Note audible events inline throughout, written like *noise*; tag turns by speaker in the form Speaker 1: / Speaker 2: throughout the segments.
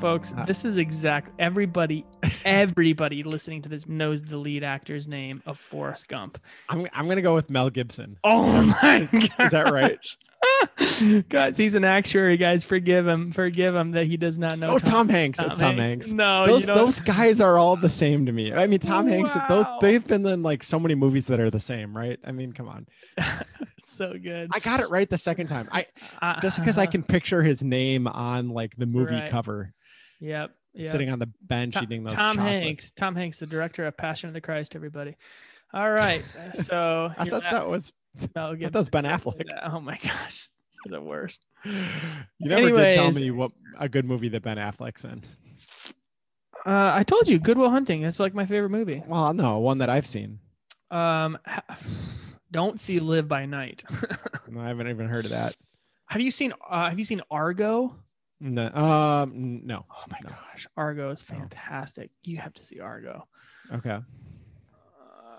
Speaker 1: folks,
Speaker 2: Uh,
Speaker 1: this is exact. Everybody, everybody listening to this knows the lead actor's name of Forrest Gump.
Speaker 2: I'm I'm gonna go with Mel Gibson.
Speaker 1: Oh my god!
Speaker 2: Is
Speaker 1: *laughs*
Speaker 2: that right?
Speaker 1: Guys, he's an actuary. Guys, forgive him. Forgive him that he does not know.
Speaker 2: Oh, Tom Hanks.
Speaker 1: Tom
Speaker 2: It's Tom Hanks.
Speaker 1: No,
Speaker 2: Those
Speaker 1: you don't-
Speaker 2: those guys are all the same to me. I mean, Tom Hanks. Those
Speaker 1: Wow.
Speaker 2: they've been in like so many movies that are the same, right? I mean, come on.
Speaker 1: It's so good. Uh,
Speaker 2: I got it right the second time. I just because I can picture his name on like the movie
Speaker 1: Right.
Speaker 2: cover,
Speaker 1: *laughs* Yep. Yep.
Speaker 2: sitting on the bench
Speaker 1: To-
Speaker 2: eating those.
Speaker 1: Tom
Speaker 2: chocolates.
Speaker 1: Hanks. Tom Hanks, the director of Passion of the Christ. Everybody. All right. So
Speaker 2: *laughs* I
Speaker 1: your
Speaker 2: thought
Speaker 1: la-
Speaker 2: that was
Speaker 1: Mel
Speaker 2: I thought that was
Speaker 1: Gibson.
Speaker 2: Ben Affleck.
Speaker 1: *laughs* Oh my
Speaker 2: *laughs*
Speaker 1: gosh, you're the worst.
Speaker 2: You never did tell
Speaker 1: Anyways.
Speaker 2: me what a good movie that Ben Affleck's in.
Speaker 1: Uh, I told you, Goodwill Hunting. That's like my favorite movie.
Speaker 2: Well, no, one that I've seen.
Speaker 1: Um, ha- *sighs* don't see Live by Night.
Speaker 2: No, I haven't even heard of that.
Speaker 1: have you seen? Uh, have you seen Argo?
Speaker 2: No, um, no.
Speaker 1: Oh my
Speaker 2: No.
Speaker 1: gosh, Argo is
Speaker 2: No.
Speaker 1: fantastic. You have to see Argo.
Speaker 2: Okay,
Speaker 1: Uh,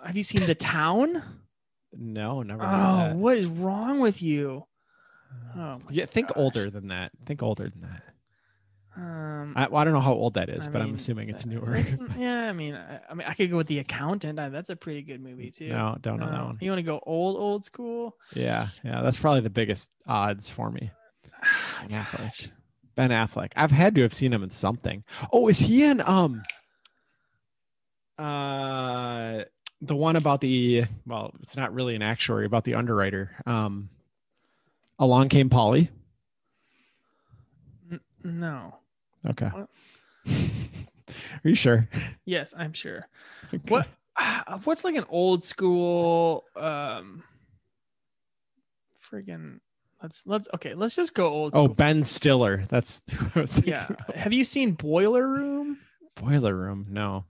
Speaker 1: have you seen The
Speaker 2: *laughs*
Speaker 1: Town?
Speaker 2: no, never. heard of
Speaker 1: Oh,
Speaker 2: that.
Speaker 1: what is wrong with you? Oh, my
Speaker 2: Yeah, think
Speaker 1: gosh.
Speaker 2: older than that. Think older than that.
Speaker 1: Um,
Speaker 2: I, well, I don't know how old that is,
Speaker 1: I
Speaker 2: but I'm
Speaker 1: mean, uh,
Speaker 2: assuming it's newer. *laughs*
Speaker 1: it's- yeah, I mean, I, I mean, I could go with The Accountant. I, that's a pretty good movie too.
Speaker 2: Mm, no, don't know that
Speaker 1: No.
Speaker 2: one.
Speaker 1: uh, You want to go old, old school? *sighs*
Speaker 2: Yeah, yeah, that's probably the biggest odds for me.
Speaker 1: Oh
Speaker 2: Ben Affleck. Ben Affleck. I've had to have seen him in something. Oh, is he in um uh the one about the well, it's not really an actuary about the underwriter. Um Along Came Polly.
Speaker 1: No.
Speaker 2: Okay.
Speaker 1: What?
Speaker 2: *laughs* Are you sure?
Speaker 1: Yes, I'm sure.
Speaker 2: Okay.
Speaker 1: What? ah, What's like an old school? Um, friggin' let's let's okay. Let's just go old
Speaker 2: Oh, *laughs*
Speaker 1: school.
Speaker 2: Ben Stiller. That's *laughs* who I was thinking.
Speaker 1: yeah. Have you seen Boiler Room?
Speaker 2: Boiler Room. No.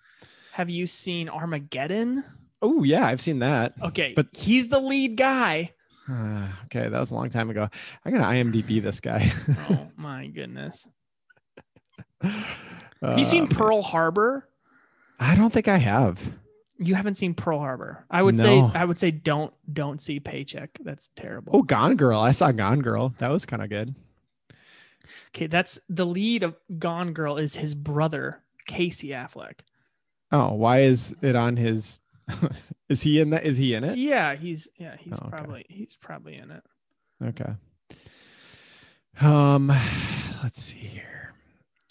Speaker 1: Have you seen Armageddon?
Speaker 2: Oh, yeah, I've seen that. *sighs*
Speaker 1: Okay, but
Speaker 2: But-
Speaker 1: he's the lead
Speaker 2: *laughs*
Speaker 1: guy.
Speaker 2: Ah, okay, that was a long time ago. I'm gonna IMDb this guy. *laughs*
Speaker 1: Oh my goodness.
Speaker 2: have
Speaker 1: Have you
Speaker 2: Um,
Speaker 1: seen Pearl Harbor?
Speaker 2: I don't think I have.
Speaker 1: You haven't seen Pearl Harbor. I would say
Speaker 2: No.
Speaker 1: I would say don't don't see Paycheck. That's terrible.
Speaker 2: Oh, Gone Girl. I saw Gone Girl. That was kind of good.
Speaker 1: Okay, that's the lead of Gone Girl is his brother Casey Affleck.
Speaker 2: Oh, why is it on his? *laughs* is he in that? Is he in it?
Speaker 1: Yeah, he's yeah he's
Speaker 2: Oh, okay.
Speaker 1: probably he's probably in it.
Speaker 2: Okay. Um, *sighs* let's see here.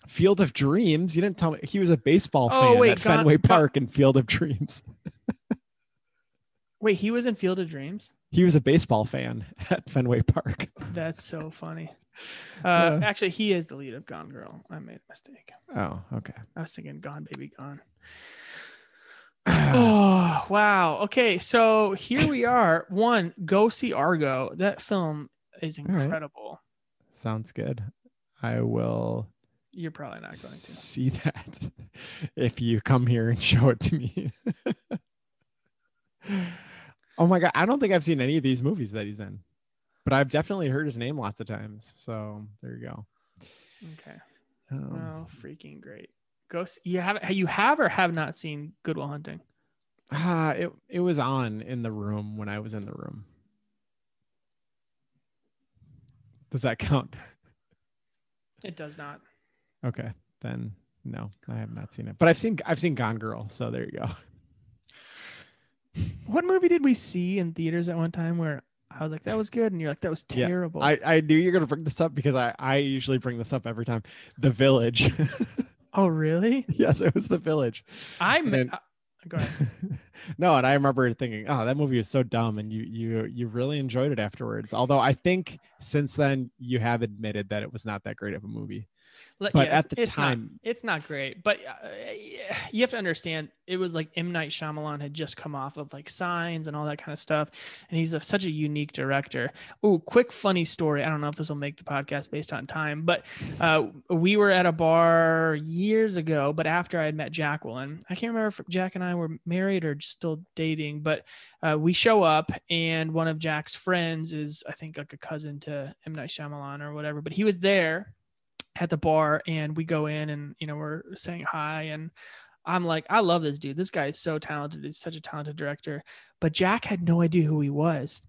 Speaker 2: Field of Dreams. You didn't tell me he was a baseball
Speaker 1: Oh,
Speaker 2: fan
Speaker 1: wait,
Speaker 2: at
Speaker 1: Gone-
Speaker 2: Fenway
Speaker 1: Gone-
Speaker 2: Park and Field of Dreams.
Speaker 1: Wait, he was in Field of Dreams.
Speaker 2: He was a baseball fan *laughs* at Fenway Park.
Speaker 1: That's so funny. Uh,
Speaker 2: Yeah.
Speaker 1: Actually, he is the lead of Gone Girl. I made a mistake.
Speaker 2: Oh, okay.
Speaker 1: I was thinking Gone Baby
Speaker 2: *sighs*
Speaker 1: Gone. Oh wow. Okay, so here we are. One, go see Argo. That film is
Speaker 2: right.
Speaker 1: incredible.
Speaker 2: Sounds good. I will
Speaker 1: You're probably not going to.
Speaker 2: see that *laughs* if you come here and *laughs* show it to me. oh my god, I don't think I've seen any of these movies that he's in. But I've definitely heard his name lots of times. So there you go.
Speaker 1: Okay.
Speaker 2: Um,
Speaker 1: Oh, freaking great. Go see, you have you have or have not seen Goodwill Hunting.
Speaker 2: ah, it it was on in the room when I was in the room. Does that count?
Speaker 1: It does not.
Speaker 2: Okay, then no, I have not seen it. But I've seen I've seen Gone Girl, so there you go.
Speaker 1: What movie did we see in theaters at one time where I was like, that was good, and you're like, that was
Speaker 2: Yeah,
Speaker 1: terrible.
Speaker 2: I, I knew you're gonna bring this up because I, I usually bring this up every time. The village. *laughs*
Speaker 1: oh, really?
Speaker 2: yes, it was the village. *laughs*
Speaker 1: I mean,
Speaker 2: And-
Speaker 1: go ahead.
Speaker 2: no, and I remember thinking, oh, that movie was so dumb, and you you you really enjoyed it afterwards. Although I think since then you have admitted that it was not that great of a movie.
Speaker 1: Let-
Speaker 2: But
Speaker 1: yeah, it's-
Speaker 2: at the
Speaker 1: it's not-
Speaker 2: time,
Speaker 1: it's not great. But uh, you have to understand, it was like M Night Shyamalan had just come off of like Signs and all that kind of stuff, and he's a, such a unique director. Oh, quick funny story. I don't know if this will make the podcast based on time, but uh, we were at a bar years ago. But after I had met Jacqueline, I can't remember if Jack and I were married or just still dating, but uh, we show up and one of Jack's friends is, I think, like a cousin to M Night Shyamalan or whatever, but he was there at the bar and we go in and you know we're saying hi and I'm like I love this dude. This guy is so talented. He's such a talented director. But Jack had no idea who he was.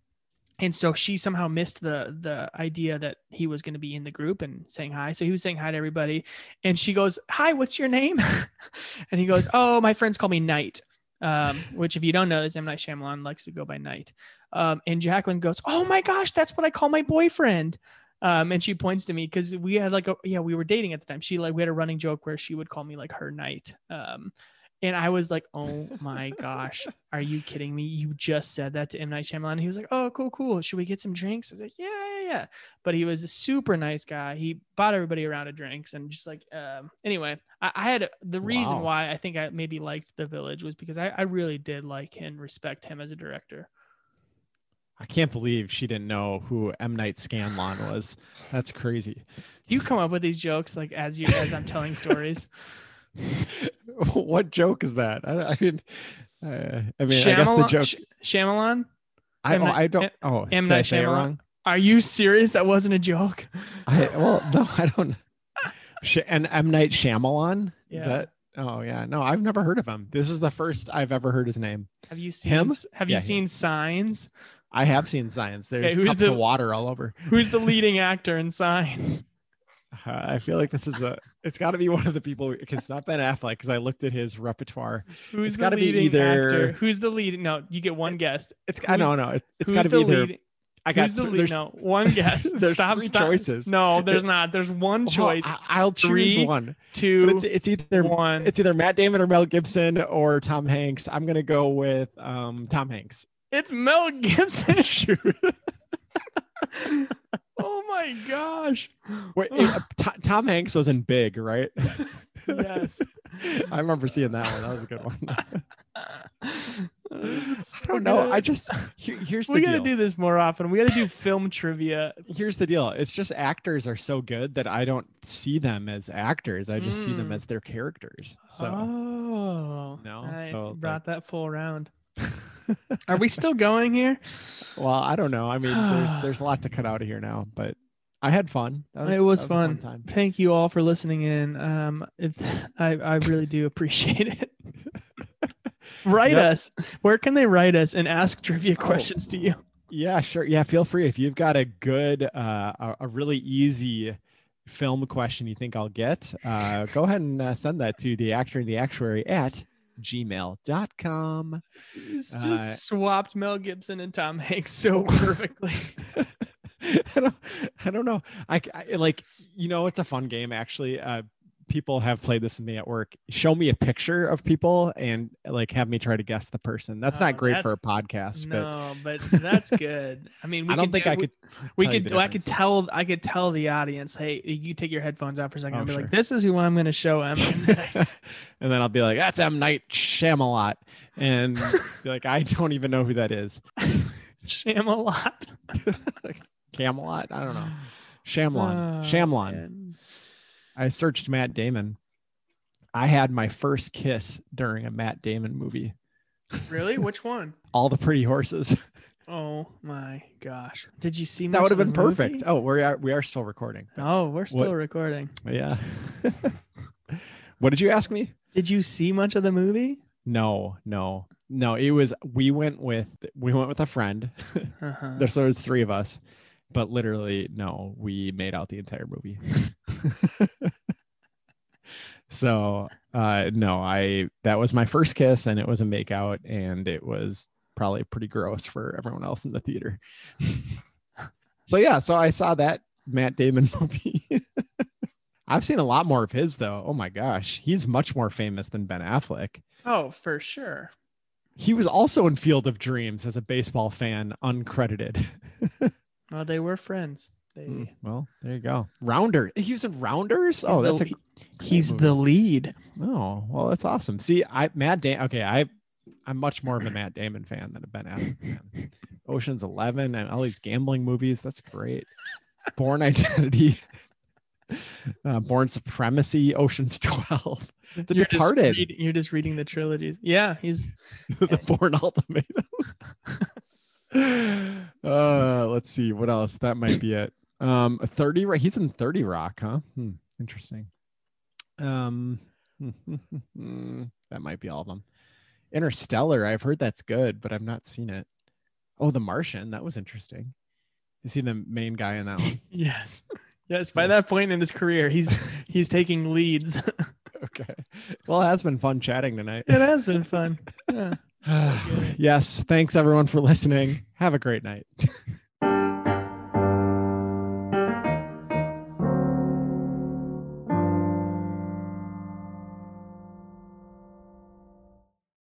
Speaker 1: and so she somehow missed the the idea that he was going to be in the group and saying hi so he was saying hi to everybody and she goes hi what's your name *laughs* and he goes oh my friends call me knight um, which if you don't know is M. Night Shyamalan likes to go by Knight. Um, and Jacqueline goes, oh my gosh, that's what I call my boyfriend. Um, and she points to me because we had like a yeah we were dating at the time. She like we had a running joke where she would call me like her knight. Um, and I was like, oh my gosh, are you kidding me? You just said that to M Night Shyamalan. He was like, oh cool cool. Should we get some drinks? I was like, yeah yeah yeah. But he was a super nice guy. He bought everybody a round of drinks and just like um, anyway. I, I had the reason
Speaker 2: Wow.
Speaker 1: why I think I maybe liked The Village was because I, I really did like and respect him as a director.
Speaker 2: I can't believe she didn't know who M Night Scanlon was. That's crazy.
Speaker 1: You come up with these jokes like as you as I'm telling stories.
Speaker 2: *laughs* what joke is that? I, I mean, uh, *laughs* I mean, I guess the
Speaker 1: Shyamalan-
Speaker 2: joke.
Speaker 1: Sh- Shyamalan.
Speaker 2: I,
Speaker 1: M.
Speaker 2: oh,
Speaker 1: Night-
Speaker 2: I don't. Oh,
Speaker 1: M.
Speaker 2: did I
Speaker 1: Night
Speaker 2: say it
Speaker 1: Shyamalan?
Speaker 2: wrong?
Speaker 1: Are you serious? That wasn't a joke.
Speaker 2: I well, no, I don't. Sh- and M Night Shyamalan.
Speaker 1: Yeah.
Speaker 2: Is that? Oh yeah. No, I've never heard of him. This is the first I've ever heard his name.
Speaker 1: Have you seen?
Speaker 2: Him?
Speaker 1: Have
Speaker 2: Yeah,
Speaker 1: you
Speaker 2: him.
Speaker 1: seen Signs?
Speaker 2: I have seen Signs. There's
Speaker 1: who's
Speaker 2: cups
Speaker 1: the-
Speaker 2: of water all over.
Speaker 1: Who's the leading actor in Signs?
Speaker 2: Uh, I feel like this is a. It's got to be one of the people. It's not Ben Affleck because I looked at his repertoire.
Speaker 1: Who's
Speaker 2: It's
Speaker 1: the
Speaker 2: gotta be
Speaker 1: leading actor?
Speaker 2: either-
Speaker 1: Who's the lead? No, you get one guess.
Speaker 2: It's. I
Speaker 1: Who's-
Speaker 2: don't know. It, it's
Speaker 1: Who's
Speaker 2: got to
Speaker 1: the
Speaker 2: be either.
Speaker 1: lead-
Speaker 2: I got.
Speaker 1: Who's the
Speaker 2: th-
Speaker 1: lead?
Speaker 2: there's
Speaker 1: No,
Speaker 2: *laughs*
Speaker 1: one guess.
Speaker 2: there's
Speaker 1: stop,
Speaker 2: three
Speaker 1: stop.
Speaker 2: choices.
Speaker 1: No, there's not. There's one choice.
Speaker 2: Well, I, will choose
Speaker 1: Three,
Speaker 2: one. But
Speaker 1: two,
Speaker 2: it's, it's either
Speaker 1: one.
Speaker 2: it's either Matt Damon or Mel Gibson or Tom Hanks. I'm gonna go with um, Tom Hanks. *laughs*
Speaker 1: It's Mel Gibson. *laughs* oh my
Speaker 2: *laughs*
Speaker 1: gosh.
Speaker 2: Wait, it- uh, To- Tom Hanks was in Big, right? *laughs*
Speaker 1: Yes.
Speaker 2: I remember seeing that one. That was a
Speaker 1: *laughs*
Speaker 2: good one.
Speaker 1: This is
Speaker 2: I
Speaker 1: so
Speaker 2: don't know. I
Speaker 1: good.
Speaker 2: just here, here's the
Speaker 1: we gotta
Speaker 2: deal.
Speaker 1: do this more often. We gotta do film trivia.
Speaker 2: here's the deal. It's just actors are so good that I don't see them as actors. I just see them
Speaker 1: Mm.
Speaker 2: as their characters. So
Speaker 1: Ah. oh,
Speaker 2: No,
Speaker 1: nice.
Speaker 2: so, like-
Speaker 1: brought that full round. *laughs* Are we still going here?
Speaker 2: well, I don't know. I
Speaker 1: *sighs*
Speaker 2: mean, there's there's a lot to cut out of here now, but I had fun. That
Speaker 1: it was,
Speaker 2: that a
Speaker 1: fun.
Speaker 2: time.
Speaker 1: Thank you all for listening in. Um, it, I I really do appreciate *laughs* it. write
Speaker 2: Yep.
Speaker 1: us. Where can they write us and ask trivia
Speaker 2: Oh.
Speaker 1: questions to you?
Speaker 2: Yeah, sure. Yeah, feel free if you've got a good, uh, a, a really easy film question you think I'll get, uh, go ahead and uh, send that to the actor and the actuary at gmail.com.
Speaker 1: He's just
Speaker 2: Uh,
Speaker 1: swapped Mel Gibson and Tom Hanks so *laughs* perfectly.
Speaker 2: *laughs* I don't, I don't know. I, c- I- like, you know, it's a fun game actually. Uh, people have played this with me at work. Show me a picture of people and like have me try to guess the person. That's not
Speaker 1: Oh,
Speaker 2: great
Speaker 1: that's-
Speaker 2: for a podcast,
Speaker 1: no, but that's good. I mean,
Speaker 2: but
Speaker 1: we
Speaker 2: I don't
Speaker 1: could
Speaker 2: think
Speaker 1: do-
Speaker 2: I could.
Speaker 1: We
Speaker 2: tell you
Speaker 1: could.
Speaker 2: the
Speaker 1: I could
Speaker 2: difference.
Speaker 1: tell. I could tell the audience. Hey, you take your headphones off for a second.
Speaker 2: Oh,
Speaker 1: I'll be
Speaker 2: sure.
Speaker 1: like, "This is who I'm going to show him." *laughs* And I just-
Speaker 2: and then I'll be like, "That's M Night Shyamalan,"
Speaker 1: *laughs*
Speaker 2: and be like, "I don't even know who that is."
Speaker 1: sham a lot.
Speaker 2: Camelot? I don't know. Shyamalan.
Speaker 1: Oh,
Speaker 2: Shyamalan.
Speaker 1: man.
Speaker 2: I searched Matt Damon. I had my first kiss during a Matt Damon movie.
Speaker 1: Really? Which one?
Speaker 2: All the
Speaker 1: *laughs*
Speaker 2: Pretty Horses.
Speaker 1: Oh my gosh! Did you see
Speaker 2: that
Speaker 1: much
Speaker 2: would have
Speaker 1: of
Speaker 2: been
Speaker 1: the
Speaker 2: perfect.
Speaker 1: movie?
Speaker 2: Oh, we are we are still recording.
Speaker 1: Oh, we're still recording.
Speaker 2: Yeah. *laughs* what did you ask me?
Speaker 1: Did you see much of the movie?
Speaker 2: No, no, no. It was we went with we went with a friend.
Speaker 1: Uh-huh.
Speaker 2: There's so it's three of us, but literally, no, we made out the entire movie. *laughs* so uh no, I that was my first kiss and it was a makeout and it was probably pretty gross for everyone else in the theater. *laughs* so yeah, so I saw that Matt Damon *laughs* movie. I've seen a lot more of his though. Oh my gosh. He's much more famous than Ben Affleck.
Speaker 1: Oh, for sure.
Speaker 2: He was also in Field of Dreams as a baseball fan, uncredited. *laughs*
Speaker 1: Well, they were friends. They.
Speaker 2: Mm, well, there you go. Rounder. He was in Rounders.
Speaker 1: He's
Speaker 2: Oh,
Speaker 1: the
Speaker 2: that's a.
Speaker 1: lead-
Speaker 2: great
Speaker 1: He's
Speaker 2: movie.
Speaker 1: the lead.
Speaker 2: Oh, well, that's awesome. See, I Matt Damon. Okay, I, I'm much more of a Matt Damon fan than a
Speaker 1: *laughs*
Speaker 2: Ben Affleck fan. Ocean's Eleven and all these gambling movies. That's great. Born Identity. *laughs* Uh, Born Supremacy. Ocean's *laughs* Twelve. The
Speaker 1: You're just
Speaker 2: Departed.
Speaker 1: reading- you're just reading the trilogies. Yeah, he's
Speaker 2: *laughs* the Born Ultimatum. *laughs* uh, let's see what else. That might be it. Um, thirty. Ro- He's in Thirty Rock, huh? Hmm, interesting. Um, *laughs* that might be all of them. Interstellar. I've heard that's good, but I've not seen it. Oh, The Martian. That was interesting. Is he the main guy in that *laughs* one?
Speaker 1: Yes. Yes. By
Speaker 2: Yeah.
Speaker 1: that point in his career, he's he's taking leads.
Speaker 2: okay. Well, it has been fun chatting *sighs* tonight.
Speaker 1: it has been fun. Yeah. So good.
Speaker 2: yes. Thanks everyone for listening. Have a great night.